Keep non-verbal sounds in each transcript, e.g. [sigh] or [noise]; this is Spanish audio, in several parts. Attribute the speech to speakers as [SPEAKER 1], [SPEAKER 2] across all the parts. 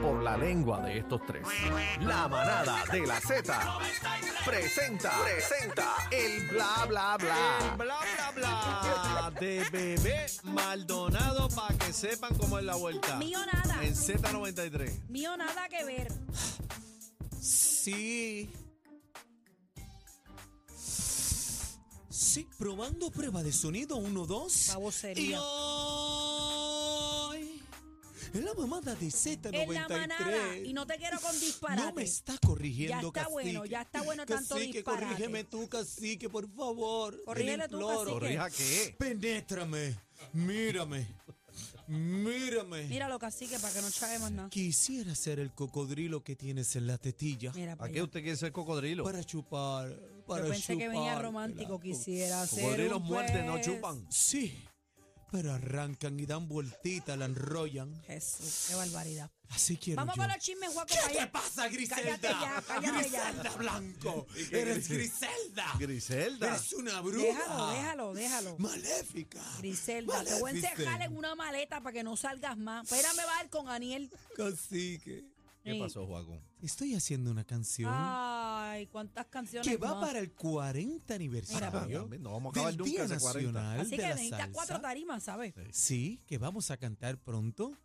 [SPEAKER 1] por la lengua de estos tres. La manada de la Z presenta, presenta el bla bla bla.
[SPEAKER 2] Bla bla bla de bebé Maldonado para que sepan cómo es la vuelta.
[SPEAKER 3] Mío nada.
[SPEAKER 2] En Z93.
[SPEAKER 3] Mío nada que ver.
[SPEAKER 2] Sí. Sí, probando prueba de sonido 1, 2. Y
[SPEAKER 3] Babosería.
[SPEAKER 2] hoy. Es la mamada de Z93.
[SPEAKER 3] En la manada. Y no te quiero con disparate.
[SPEAKER 2] No me está corrigiendo,
[SPEAKER 3] Ya está
[SPEAKER 2] cacique.
[SPEAKER 3] bueno, ya está bueno tanto
[SPEAKER 2] Cacique,
[SPEAKER 3] disparate.
[SPEAKER 2] corrígeme tú, cacique, por favor. Te
[SPEAKER 3] Corrígele
[SPEAKER 2] lo
[SPEAKER 3] tú,
[SPEAKER 2] imploro.
[SPEAKER 3] cacique.
[SPEAKER 1] ¿Corrija qué?
[SPEAKER 2] Penétrame, mírame, mírame.
[SPEAKER 3] Míralo, cacique, para que no chague más nada.
[SPEAKER 2] Quisiera ser el cocodrilo que tienes en la tetilla
[SPEAKER 3] Mira,
[SPEAKER 1] ¿A
[SPEAKER 3] para
[SPEAKER 1] qué
[SPEAKER 3] allá.
[SPEAKER 1] usted quiere ser cocodrilo?
[SPEAKER 2] para chupar, para
[SPEAKER 3] Yo pensé que venía
[SPEAKER 2] chupártela.
[SPEAKER 3] romántico. Quisiera ser.
[SPEAKER 1] Cocodrilos
[SPEAKER 3] un
[SPEAKER 1] muertos no
[SPEAKER 3] pez.
[SPEAKER 1] chupan.
[SPEAKER 2] Sí, pero arrancan y dan vueltita, la enrollan.
[SPEAKER 3] Jesús, qué barbaridad.
[SPEAKER 2] Así quiero
[SPEAKER 3] Vamos
[SPEAKER 2] yo.
[SPEAKER 3] con los chismes, Juaco.
[SPEAKER 2] ¿Qué te
[SPEAKER 3] calla.
[SPEAKER 2] pasa, Griselda?
[SPEAKER 3] Cállate ya, cállate ya.
[SPEAKER 2] Griselda
[SPEAKER 1] [laughs]
[SPEAKER 2] Blanco, eres Griselda.
[SPEAKER 1] Griselda.
[SPEAKER 3] Pues,
[SPEAKER 2] Eres una bruja.
[SPEAKER 3] Déjalo, déjalo, déjalo.
[SPEAKER 2] Maléfica.
[SPEAKER 3] Griselda, te voy a
[SPEAKER 2] Maléfica.
[SPEAKER 3] encerrar en una maleta para que no salgas más. Espérame, va a ir con Aniel.
[SPEAKER 2] Cacique.
[SPEAKER 1] ¿Qué
[SPEAKER 3] Sí.
[SPEAKER 1] pasó, Juaco?
[SPEAKER 2] Estoy haciendo una canción
[SPEAKER 3] Ah, Ay, cuántas canciones
[SPEAKER 2] que va
[SPEAKER 3] más.
[SPEAKER 2] para el 40 aniversario
[SPEAKER 1] también, no vamos a acabar
[SPEAKER 2] del
[SPEAKER 1] nunca
[SPEAKER 2] Día
[SPEAKER 1] ese 40.
[SPEAKER 2] Nacional
[SPEAKER 3] Así
[SPEAKER 2] de
[SPEAKER 3] que
[SPEAKER 2] la
[SPEAKER 3] necesitas cuatro
[SPEAKER 2] Salsa.
[SPEAKER 3] tarimas, ¿sabes?
[SPEAKER 2] Sí, que vamos a cantar pronto.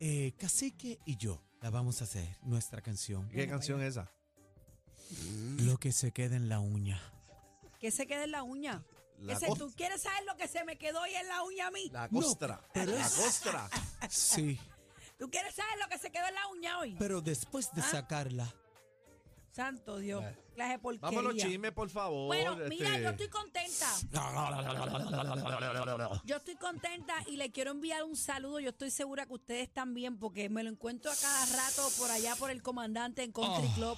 [SPEAKER 2] Eh, Cacique y yo la vamos a hacer, nuestra canción.
[SPEAKER 1] ¿Qué canción es esa?
[SPEAKER 2] Lo que se queda en la
[SPEAKER 3] [laughs]
[SPEAKER 2] uña.
[SPEAKER 3] Que se quede en la uña.
[SPEAKER 1] La
[SPEAKER 3] Que se-
[SPEAKER 1] cos-
[SPEAKER 3] ¿Tú quieres saber lo que se me quedó hoy en la uña a mí?
[SPEAKER 1] La costra. la costra.
[SPEAKER 2] Sí,
[SPEAKER 3] ¿Tú quieres saber lo que se quedó en la uña hoy?
[SPEAKER 2] pero después
[SPEAKER 3] Ah.
[SPEAKER 2] de sacarla.
[SPEAKER 3] Santo Dios,
[SPEAKER 1] Bueno.
[SPEAKER 3] clase de porquería.
[SPEAKER 1] Vamos a los chismes, por favor.
[SPEAKER 3] Bueno, mira,
[SPEAKER 1] este,
[SPEAKER 3] yo estoy contenta. Yo estoy contenta y le quiero enviar un saludo. Yo estoy segura que ustedes también, porque me lo encuentro a cada rato por allá por el comandante en
[SPEAKER 1] Ah.
[SPEAKER 3] Country Club.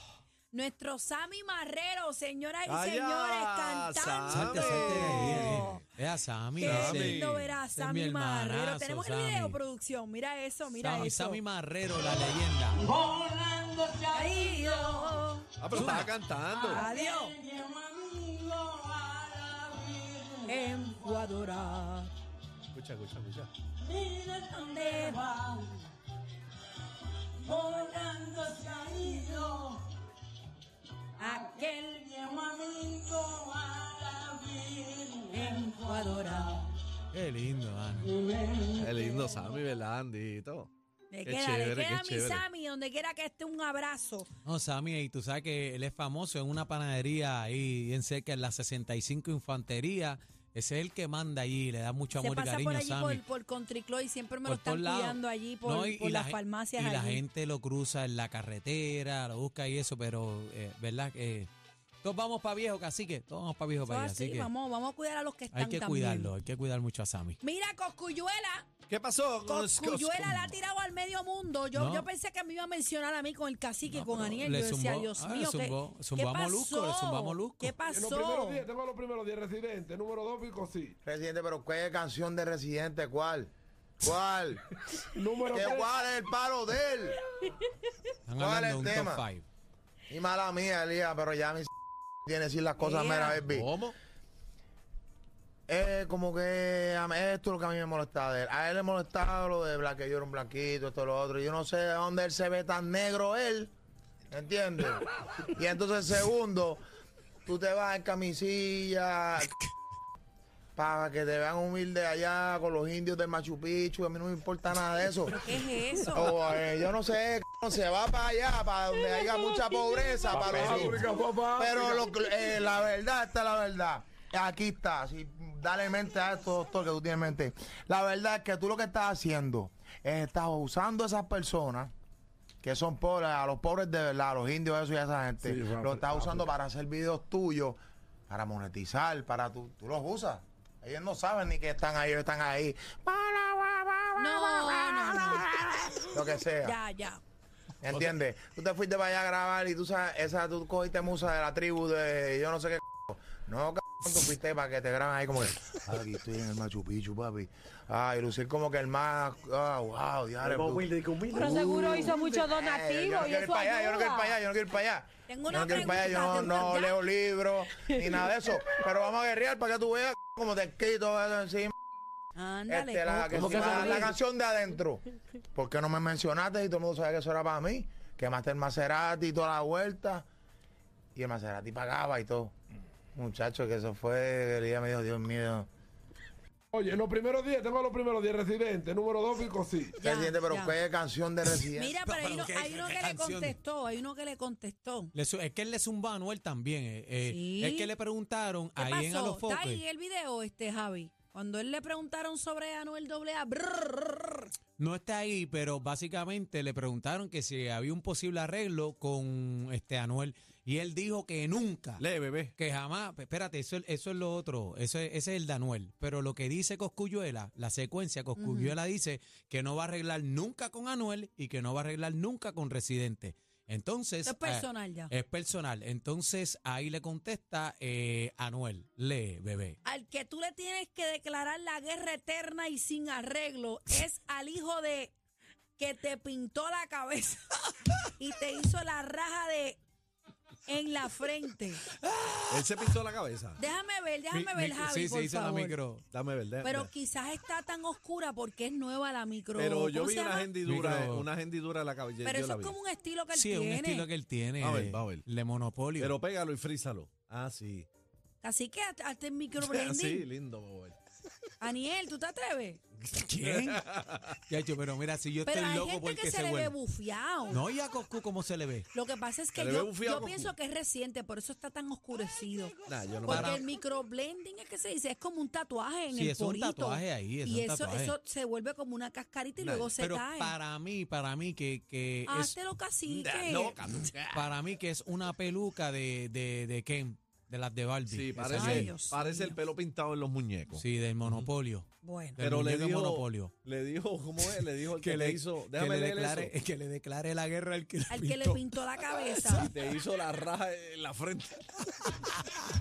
[SPEAKER 3] Nuestro Sammy Marrero, señoras y
[SPEAKER 1] Allá,
[SPEAKER 3] señores,
[SPEAKER 1] Salte,
[SPEAKER 3] cantando.
[SPEAKER 1] salte de ahí,
[SPEAKER 2] eh. Eh, a Sammy.
[SPEAKER 3] Qué
[SPEAKER 1] Sammy.
[SPEAKER 3] lindo ver a
[SPEAKER 2] Ese es mi
[SPEAKER 3] Sammy Marrero.
[SPEAKER 2] hermanazo,
[SPEAKER 3] Tenemos el video,
[SPEAKER 2] Sammy.
[SPEAKER 3] producción. Mira eso, mira
[SPEAKER 2] Sammy,
[SPEAKER 3] eso.
[SPEAKER 2] Sammy Marrero, la leyenda.
[SPEAKER 3] Adiós.
[SPEAKER 1] Ah, pero estaba cantando.
[SPEAKER 3] Adiós. En Guadora.
[SPEAKER 1] Escucha, escucha, escucha.
[SPEAKER 3] ¿Dónde va? Aquel en Guadora.
[SPEAKER 2] Qué lindo, Ana.
[SPEAKER 1] Qué lindo Sammy, ¿verdad, Andito?
[SPEAKER 3] Le
[SPEAKER 1] Qué
[SPEAKER 3] queda, le
[SPEAKER 1] chévere,
[SPEAKER 3] queda
[SPEAKER 1] qué
[SPEAKER 3] mi
[SPEAKER 1] chévere.
[SPEAKER 3] Sammy, donde quiera que esté, un abrazo.
[SPEAKER 2] No, Sammy, y tú sabes que él es famoso en una panadería ahí bien cerca en la 65 Infantería. Ese es el que manda allí, le da mucho
[SPEAKER 3] Se
[SPEAKER 2] amor y
[SPEAKER 3] pasa
[SPEAKER 2] cariño
[SPEAKER 3] por
[SPEAKER 2] a
[SPEAKER 3] allí
[SPEAKER 2] Sammy.
[SPEAKER 3] por, por Country Club y siempre me
[SPEAKER 2] por
[SPEAKER 3] lo están
[SPEAKER 2] todos lados.
[SPEAKER 3] cuidando allí por,
[SPEAKER 2] No, y-
[SPEAKER 3] por
[SPEAKER 2] y la
[SPEAKER 3] las
[SPEAKER 2] gen-
[SPEAKER 3] farmacias
[SPEAKER 2] Y la
[SPEAKER 3] allí.
[SPEAKER 2] gente lo cruza en la carretera, lo busca y eso, pero, eh, ¿verdad? Eh, todos vamos para viejo, cacique. Todos vamos para viejo
[SPEAKER 3] Eso
[SPEAKER 2] para allá.
[SPEAKER 3] así,
[SPEAKER 2] Así que
[SPEAKER 3] vamos, vamos a cuidar a los que están
[SPEAKER 2] hay que
[SPEAKER 3] también.
[SPEAKER 2] cuidarlo, hay que cuidar mucho a Sammy.
[SPEAKER 3] Mira, Coscuyuela,
[SPEAKER 1] ¿Qué pasó? con
[SPEAKER 3] Coscuyuela la ha tirado al medio mundo. Yo,
[SPEAKER 2] No.
[SPEAKER 3] yo pensé que me iba a mencionar a mí con el cacique, con Aniel.
[SPEAKER 2] le
[SPEAKER 3] Yo decía,
[SPEAKER 2] zumbó,
[SPEAKER 3] Dios
[SPEAKER 2] ah,
[SPEAKER 3] mío, ¿qué,
[SPEAKER 2] zumbó-
[SPEAKER 3] qué
[SPEAKER 2] zumbó a Molusco, le
[SPEAKER 3] pasó?
[SPEAKER 2] zumbó a Molusco.
[SPEAKER 3] ¿Qué
[SPEAKER 4] En los primeros
[SPEAKER 3] pasó?
[SPEAKER 4] 10, tengo los primeros 10 residentes. Número 2, Fico sí.
[SPEAKER 5] Residente, pero ¿qué canción de Residente? ¿Cuál? ¿Cuál?
[SPEAKER 4] Número
[SPEAKER 5] ¿Qué
[SPEAKER 4] 3,
[SPEAKER 5] cuál es el paro de él?
[SPEAKER 2] Están
[SPEAKER 5] ¿Cuál es
[SPEAKER 2] hablando de
[SPEAKER 5] el
[SPEAKER 2] un
[SPEAKER 5] tema?
[SPEAKER 2] top five.
[SPEAKER 5] Y mala mía, Elías, pero ya me tiene que decir las cosas
[SPEAKER 3] Ea.
[SPEAKER 5] mera, baby.
[SPEAKER 1] ¿Cómo?
[SPEAKER 5] Es Eh, como que a mí- esto es lo que a mí me molesta de él. A él le molestaba lo de Black, que yo era un blanquito, esto, lo otro. Yo no sé de dónde él se ve tan negro él. ¿Entiendes? y entonces, segundo, tú te vas en camisilla para que te vean humilde allá con los indios del Machu Picchu. A mí no me importa nada de eso.
[SPEAKER 3] ¿Qué es eso?
[SPEAKER 5] Oh, eh, yo no sé, c- se va para allá, para donde haya mucha pobreza, para los
[SPEAKER 4] África, papá.
[SPEAKER 5] Pero lo que- eh, la verdad, esta es la verdad. Aquí está, si, dale mente a esto, doctor, que tú tienes mente. La verdad es que tú lo que estás haciendo es estás usando a esas personas que son pobres, a los pobres de verdad, a los indios, eso y a esa gente.
[SPEAKER 4] Sí, va-
[SPEAKER 5] lo estás usando para hacer videos tuyos, para monetizar, para tú, tú los usas. Ellos no saben ni que están ahí, ellos están ahí.
[SPEAKER 3] No, no, no.
[SPEAKER 5] Lo que sea.
[SPEAKER 4] Este,
[SPEAKER 3] Ya, ya.
[SPEAKER 5] ¿Entiendes? Tú te fuiste para allá a grabar y tú sabes, esa, tú cogiste musa de la tribu de yo no sé qué. c***o. No, c***o, tú fuiste para que te graben ahí [laughs] como que. Aquí estoy en el Machu Picchu, papi. Ay, lucir como que el más. ah, wow, diario. tú.
[SPEAKER 6] Pero seguro hizo muchos
[SPEAKER 5] Ay,
[SPEAKER 6] donativos y
[SPEAKER 5] Yo no quiero ir
[SPEAKER 6] eso
[SPEAKER 5] para allá, yo no quiero ir
[SPEAKER 6] ayuda.
[SPEAKER 5] para allá, yo no quiero ir para allá.
[SPEAKER 3] Tengo
[SPEAKER 5] Yo
[SPEAKER 3] una
[SPEAKER 5] no quiero ir para allá, yo
[SPEAKER 3] pregunta,
[SPEAKER 5] no, no
[SPEAKER 3] ¿ya?
[SPEAKER 5] leo libros ni nada de eso. Pero vamos a guerrear para que tú veas como te quito eso encima.
[SPEAKER 3] Ándale.
[SPEAKER 5] Este, la,
[SPEAKER 3] ¿cómo
[SPEAKER 5] que
[SPEAKER 3] tú
[SPEAKER 5] encima-
[SPEAKER 3] sabes?
[SPEAKER 5] la canción de adentro. ¿Por qué no me mencionaste y todo el mundo sabía que eso era para mí? Que Master Maserati y toda la vuelta. Y el Maserati pagaba y todo. Muchacho, que eso fue, el día me dijo, Dios mío.
[SPEAKER 4] Oye, los primeros 10, tengo los primeros 10 residentes. Número 2, Pico, sí.
[SPEAKER 3] Ya,
[SPEAKER 5] Presidente, pero
[SPEAKER 3] ya.
[SPEAKER 5] qué canción de residente.
[SPEAKER 3] Mira, pero hay
[SPEAKER 2] Pero
[SPEAKER 3] uno,
[SPEAKER 2] qué-
[SPEAKER 3] hay uno
[SPEAKER 2] qué
[SPEAKER 3] que le
[SPEAKER 2] canción.
[SPEAKER 3] contestó, hay uno que le contestó.
[SPEAKER 2] Le su- es que él le zumba a Anuel también. eh, eh,
[SPEAKER 3] Sí.
[SPEAKER 2] Es que le preguntaron
[SPEAKER 3] ¿Qué
[SPEAKER 2] ahí en A
[SPEAKER 3] pasó?
[SPEAKER 2] los
[SPEAKER 3] ¿Está ahí
[SPEAKER 2] Focus.
[SPEAKER 3] el video, este Javi? Cuando él le preguntaron sobre Anuel AA,
[SPEAKER 2] Pues,
[SPEAKER 3] brrr,
[SPEAKER 2] No está ahí, pero básicamente le preguntaron que si había un posible arreglo con este Anuel. Y él dijo que nunca.
[SPEAKER 1] Lee, bebé.
[SPEAKER 2] Que jamás, espérate, eso, eso es lo otro, eso es- ese es el de Anuel. Pero lo que dice Coscuyuela, la secuencia, Coscuyuela dice que no va a arreglar nunca con Anuel y que no va a arreglar nunca con Residente. Entonces,
[SPEAKER 3] esto es
[SPEAKER 2] eh,
[SPEAKER 3] personal ya.
[SPEAKER 2] es personal. Entonces ahí le contesta eh, Anuel, lee, bebé.
[SPEAKER 3] Al que tú le tienes que declarar la guerra eterna y sin arreglo es al hijo de que te pintó la cabeza [laughs] y te hizo la raja de en la frente.
[SPEAKER 1] Él se pintó la cabeza.
[SPEAKER 3] Déjame ver,
[SPEAKER 2] Mi-
[SPEAKER 3] déjame ver,
[SPEAKER 2] mi-
[SPEAKER 3] Javi,
[SPEAKER 2] sí,
[SPEAKER 3] por
[SPEAKER 2] sí, hizo la
[SPEAKER 3] favor.
[SPEAKER 2] micro.
[SPEAKER 1] Dame verdad.
[SPEAKER 3] Pero quizás está tan oscura porque es nueva la micro.
[SPEAKER 1] Pero yo
[SPEAKER 3] ¿cómo
[SPEAKER 1] vi
[SPEAKER 3] se
[SPEAKER 1] una
[SPEAKER 3] llama?
[SPEAKER 1] hendidura,
[SPEAKER 2] Micro.
[SPEAKER 1] una hendidura en la cabeza.
[SPEAKER 3] Pero
[SPEAKER 1] yo
[SPEAKER 3] eso
[SPEAKER 1] la
[SPEAKER 3] es
[SPEAKER 1] vi.
[SPEAKER 3] como un estilo que él
[SPEAKER 2] Sí, es un
[SPEAKER 3] tiene.
[SPEAKER 2] estilo que él tiene.
[SPEAKER 1] A ver,
[SPEAKER 2] de-
[SPEAKER 1] va a ver.
[SPEAKER 2] De monopolio.
[SPEAKER 1] Pero pégalo y frízalo. Ah, sí.
[SPEAKER 3] Así que hasta hasta el
[SPEAKER 2] [laughs]
[SPEAKER 3] microblending.
[SPEAKER 1] Así, lindo, Bobel.
[SPEAKER 3] Aniel, ¿tú te atreves?
[SPEAKER 1] [laughs]
[SPEAKER 2] ¿Quién? Ya, yo, pero mira, si yo
[SPEAKER 3] Pero
[SPEAKER 2] estoy
[SPEAKER 3] hay
[SPEAKER 2] loco
[SPEAKER 3] gente
[SPEAKER 2] porque
[SPEAKER 3] que se, le ve
[SPEAKER 2] vuelve.
[SPEAKER 3] bufiado.
[SPEAKER 2] No, y a Coscu, ¿cómo se le ve?
[SPEAKER 3] Lo que pasa es
[SPEAKER 1] Se
[SPEAKER 3] que
[SPEAKER 1] le ve
[SPEAKER 3] yo,
[SPEAKER 1] bufiado
[SPEAKER 3] yo
[SPEAKER 1] con
[SPEAKER 3] pienso que es reciente, por eso está tan oscurecido.
[SPEAKER 1] Nah, yo no me-
[SPEAKER 3] Porque
[SPEAKER 2] Para-
[SPEAKER 3] el microblending es que se dice, es como un tatuaje en
[SPEAKER 2] Sí,
[SPEAKER 3] el
[SPEAKER 2] es un
[SPEAKER 3] porito.
[SPEAKER 2] tatuaje ahí, es
[SPEAKER 3] y
[SPEAKER 2] un
[SPEAKER 3] eso,
[SPEAKER 2] tatuaje.
[SPEAKER 3] eso se vuelve como una cascarita y
[SPEAKER 1] Nah,
[SPEAKER 3] luego se
[SPEAKER 2] pero
[SPEAKER 3] cae.
[SPEAKER 2] para mí, para mí que, que es
[SPEAKER 3] Hazte lo cacique.
[SPEAKER 1] Nah, no, cabrón.
[SPEAKER 2] para mí que es una peluca de, de, de Ken, de las de Barbie.
[SPEAKER 1] Sí,
[SPEAKER 2] Esa
[SPEAKER 1] parece,
[SPEAKER 3] Ay,
[SPEAKER 2] es.
[SPEAKER 3] Dios
[SPEAKER 1] parece
[SPEAKER 3] mío.
[SPEAKER 1] el pelo pintado en los muñecos.
[SPEAKER 2] Sí, del monopolio.
[SPEAKER 3] Bueno.
[SPEAKER 2] Del
[SPEAKER 1] Pero le
[SPEAKER 2] muñeco
[SPEAKER 1] dijo-
[SPEAKER 2] monopolio.
[SPEAKER 1] Le dijo, ¿cómo es? Le dijo el que, le hizo.
[SPEAKER 2] [laughs] que
[SPEAKER 1] Déjame
[SPEAKER 2] le
[SPEAKER 1] leer
[SPEAKER 2] declare,
[SPEAKER 1] eso.
[SPEAKER 2] [laughs] Que le declare la guerra al que le
[SPEAKER 3] Al que le
[SPEAKER 2] pintó.
[SPEAKER 3] pintó la cabeza.
[SPEAKER 1] Y te hizo la raja en la
[SPEAKER 2] [laughs]
[SPEAKER 1] frente.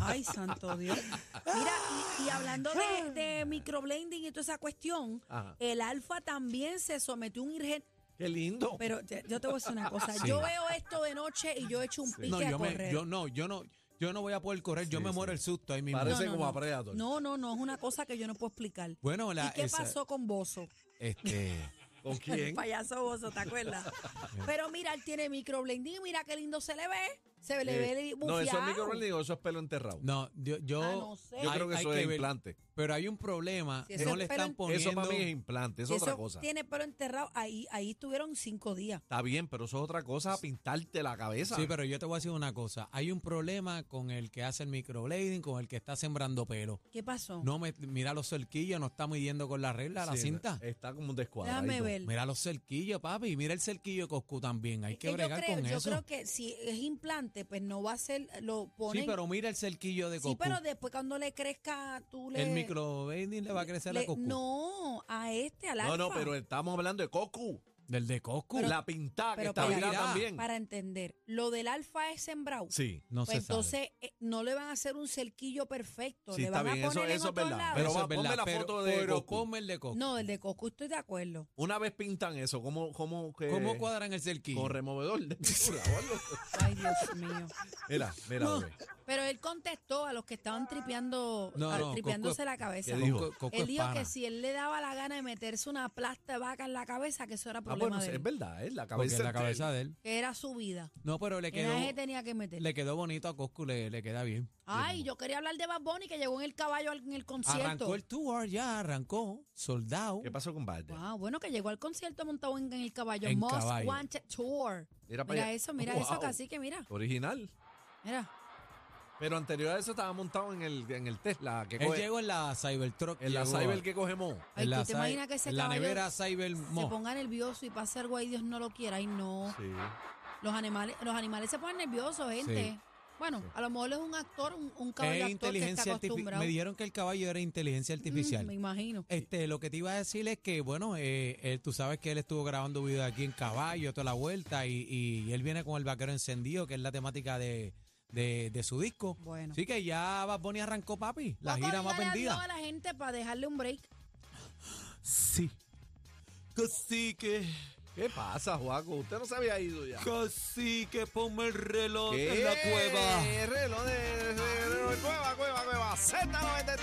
[SPEAKER 3] Ay, santo Dios. Mira, y, y hablando de, de microblending y toda esa cuestión,
[SPEAKER 1] Ajá.
[SPEAKER 3] el alfa también se sometió a un irgen.
[SPEAKER 1] Qué lindo.
[SPEAKER 3] Pero te- yo te voy a decir una cosa.
[SPEAKER 2] Sí.
[SPEAKER 3] Yo veo esto de noche y yo echo un pique
[SPEAKER 2] No,
[SPEAKER 3] a
[SPEAKER 2] yo,
[SPEAKER 3] correr.
[SPEAKER 2] me, yo no, yo no, yo no voy a poder correr, yo me muero el susto ahí mismo.
[SPEAKER 1] Parece
[SPEAKER 3] no,
[SPEAKER 1] como
[SPEAKER 3] no.
[SPEAKER 1] a Predator.
[SPEAKER 3] no, no, no, es una cosa que yo no puedo explicar.
[SPEAKER 2] Bueno, la,
[SPEAKER 3] ¿Y qué
[SPEAKER 2] esa-
[SPEAKER 3] pasó con Bozo?
[SPEAKER 2] Este,
[SPEAKER 1] ¿Con
[SPEAKER 3] El
[SPEAKER 1] quién?
[SPEAKER 3] payaso Bozo, ¿te acuerdas? Pero mira, él tiene microblending, mira qué lindo se le ve. Se le ve
[SPEAKER 1] Eh, no, eso es
[SPEAKER 3] bufiado.
[SPEAKER 1] microblending o eso es pelo enterrado.
[SPEAKER 2] [laughs] no, yo, yo,
[SPEAKER 3] Ah, no sé.
[SPEAKER 1] Yo
[SPEAKER 2] hay-
[SPEAKER 1] creo que
[SPEAKER 2] hay
[SPEAKER 1] eso es
[SPEAKER 2] ver.
[SPEAKER 1] implante.
[SPEAKER 2] Pero hay un problema,
[SPEAKER 3] Si eso
[SPEAKER 2] no
[SPEAKER 3] es
[SPEAKER 2] le están
[SPEAKER 3] pelo
[SPEAKER 2] poniendo.
[SPEAKER 1] Eso para mí es implante, es
[SPEAKER 3] Eso
[SPEAKER 1] otra cosa.
[SPEAKER 3] tiene pelo enterrado. Ahí, ahí estuvieron cinco días.
[SPEAKER 1] Está bien, pero eso es otra cosa, pintarte la cabeza.
[SPEAKER 2] Sí, pero yo te voy a decir una cosa. Hay un problema con el que hace el microblading, con el que está sembrando pelo.
[SPEAKER 3] ¿Qué pasó?
[SPEAKER 2] No me, mira los cerquillos, no está midiendo con la regla la
[SPEAKER 1] Sí,
[SPEAKER 2] cinta.
[SPEAKER 1] Está como un descuadrado.
[SPEAKER 3] Déjame ver.
[SPEAKER 2] Mira los cerquillos, papi. Mira el cerquillo de Coscu también. Hay
[SPEAKER 3] Es
[SPEAKER 2] que
[SPEAKER 3] yo
[SPEAKER 2] bregar
[SPEAKER 3] creo-
[SPEAKER 2] con
[SPEAKER 3] yo
[SPEAKER 2] eso.
[SPEAKER 3] creo que si es implante, pues no va a ser, lo ponen.
[SPEAKER 2] Sí, pero mira el cerquillo de
[SPEAKER 3] Sí,
[SPEAKER 2] Coscu.
[SPEAKER 3] pero después cuando le crezca, tú le...
[SPEAKER 2] El microblading le va a crecer a
[SPEAKER 3] le-
[SPEAKER 2] Coscu.
[SPEAKER 3] No, a este, al
[SPEAKER 1] No, no,
[SPEAKER 3] alfa.
[SPEAKER 1] pero estamos hablando de Cocu.
[SPEAKER 2] Del de Coscu.
[SPEAKER 1] la pintada que
[SPEAKER 3] Pero
[SPEAKER 1] está
[SPEAKER 3] para-
[SPEAKER 1] virada
[SPEAKER 2] Mira.
[SPEAKER 1] también.
[SPEAKER 3] Para entender, lo del alfa es sembrado.
[SPEAKER 1] Sí.
[SPEAKER 2] no
[SPEAKER 3] Pues
[SPEAKER 2] se sabe.
[SPEAKER 3] entonces eh, no le van a hacer un cerquillo perfecto,
[SPEAKER 1] Sí,
[SPEAKER 3] le
[SPEAKER 1] está
[SPEAKER 3] van
[SPEAKER 1] bien,
[SPEAKER 3] a
[SPEAKER 1] eso-
[SPEAKER 3] poner en
[SPEAKER 1] eso es
[SPEAKER 3] otro
[SPEAKER 1] verdad.
[SPEAKER 3] lado.
[SPEAKER 2] Pero
[SPEAKER 1] Eso
[SPEAKER 2] va,
[SPEAKER 1] es verdad,
[SPEAKER 2] ponme la
[SPEAKER 1] pero-
[SPEAKER 2] foto de
[SPEAKER 1] pero
[SPEAKER 2] Coscu.
[SPEAKER 1] ponme
[SPEAKER 2] el de Coscu.
[SPEAKER 3] No, el de Coscu estoy de acuerdo.
[SPEAKER 1] Una vez pintan eso, ¿cómo, cómo que-
[SPEAKER 2] ¿Cómo cuadran el cerquillo?
[SPEAKER 1] Con removedor de [laughs] pintura o algo.
[SPEAKER 3] Ay, Dios mío.
[SPEAKER 1] Mira, mira, bebé.
[SPEAKER 3] Pero él contestó a los que estaban tripeando,
[SPEAKER 2] No,
[SPEAKER 3] a-
[SPEAKER 2] no,
[SPEAKER 3] tripeándose
[SPEAKER 2] Coscu-
[SPEAKER 3] la cabeza.
[SPEAKER 1] ¿Qué dijo?
[SPEAKER 2] Coscu- Coscu
[SPEAKER 3] él
[SPEAKER 2] es
[SPEAKER 3] dijo que
[SPEAKER 2] pana.
[SPEAKER 3] si él le daba la gana de meterse una plasta de vaca en la cabeza, que eso era
[SPEAKER 1] Ah,
[SPEAKER 3] problema
[SPEAKER 1] bueno,
[SPEAKER 3] de
[SPEAKER 1] es
[SPEAKER 3] él,
[SPEAKER 1] verdad, es la
[SPEAKER 2] Porque
[SPEAKER 1] cabeza.
[SPEAKER 2] en la cabeza de él.
[SPEAKER 3] que era su vida.
[SPEAKER 2] No, pero le
[SPEAKER 3] Que nadie
[SPEAKER 2] quedó,
[SPEAKER 3] tenía que meter.
[SPEAKER 2] le quedó bonito a Coscu, le, le queda bien.
[SPEAKER 3] Ay, yo quería hablar de Bad Bunny que llegó en el caballo al- en el concierto.
[SPEAKER 2] Arrancó el tour, ya arrancó, soldado.
[SPEAKER 1] ¿Qué pasó con Valde?
[SPEAKER 3] Wow, bueno, que llegó al concierto montado en, en el caballo.
[SPEAKER 2] En
[SPEAKER 3] Most
[SPEAKER 2] caballo.
[SPEAKER 3] Wanted Tour.
[SPEAKER 1] Mira, para
[SPEAKER 3] Mira
[SPEAKER 1] allá.
[SPEAKER 3] eso, mira eso,
[SPEAKER 1] Wow.
[SPEAKER 3] casi que mira.
[SPEAKER 1] Original.
[SPEAKER 3] Mira.
[SPEAKER 1] Pero anterior a eso estaba montado en el, en el Tesla. Que
[SPEAKER 2] Él
[SPEAKER 1] coge-
[SPEAKER 2] llegó en la Cybertruck.
[SPEAKER 1] en la
[SPEAKER 2] llegó a-
[SPEAKER 1] Cyber que cogemos.
[SPEAKER 3] Ay,
[SPEAKER 2] en la
[SPEAKER 3] ¿tú te
[SPEAKER 2] Cy-
[SPEAKER 3] imaginas que ese
[SPEAKER 2] en la
[SPEAKER 3] caballo
[SPEAKER 2] nevera Cyber
[SPEAKER 3] Se
[SPEAKER 2] Mo.
[SPEAKER 3] ponga nervioso y pase algo ahí, Dios no lo quiera. Ay, no.
[SPEAKER 1] Sí.
[SPEAKER 3] Los animales, los animales se ponen nerviosos, gente. Bueno, a lo mejor es un actor, un, un caballo
[SPEAKER 2] Es
[SPEAKER 3] actor que está
[SPEAKER 2] inteligencia artificial.
[SPEAKER 3] acostumbrado.
[SPEAKER 2] Me dijeron que el caballo era inteligencia artificial.
[SPEAKER 3] Mm, me imagino.
[SPEAKER 2] Este, lo que te iba a decir es que, bueno, eh, él- tú sabes que él estuvo grabando videos aquí en caballo, toda la vuelta, y, y él viene con el vaquero encendido, que es la temática de, de- de su disco.
[SPEAKER 3] Bueno.
[SPEAKER 2] Así que ya Bad Bunny arrancó, papi, la
[SPEAKER 3] Poco
[SPEAKER 2] gira más
[SPEAKER 3] dígale adiós
[SPEAKER 2] vendida.
[SPEAKER 3] a la gente para dejarle un break.
[SPEAKER 2] Sí. Cacique,
[SPEAKER 1] ¿Qué pasa, Juaco? Usted no se había ido ya.
[SPEAKER 2] cacique, ponme el reloj
[SPEAKER 1] ¿Qué? Reloj de, de- de- de- cueva, cueva, cueva. Z93.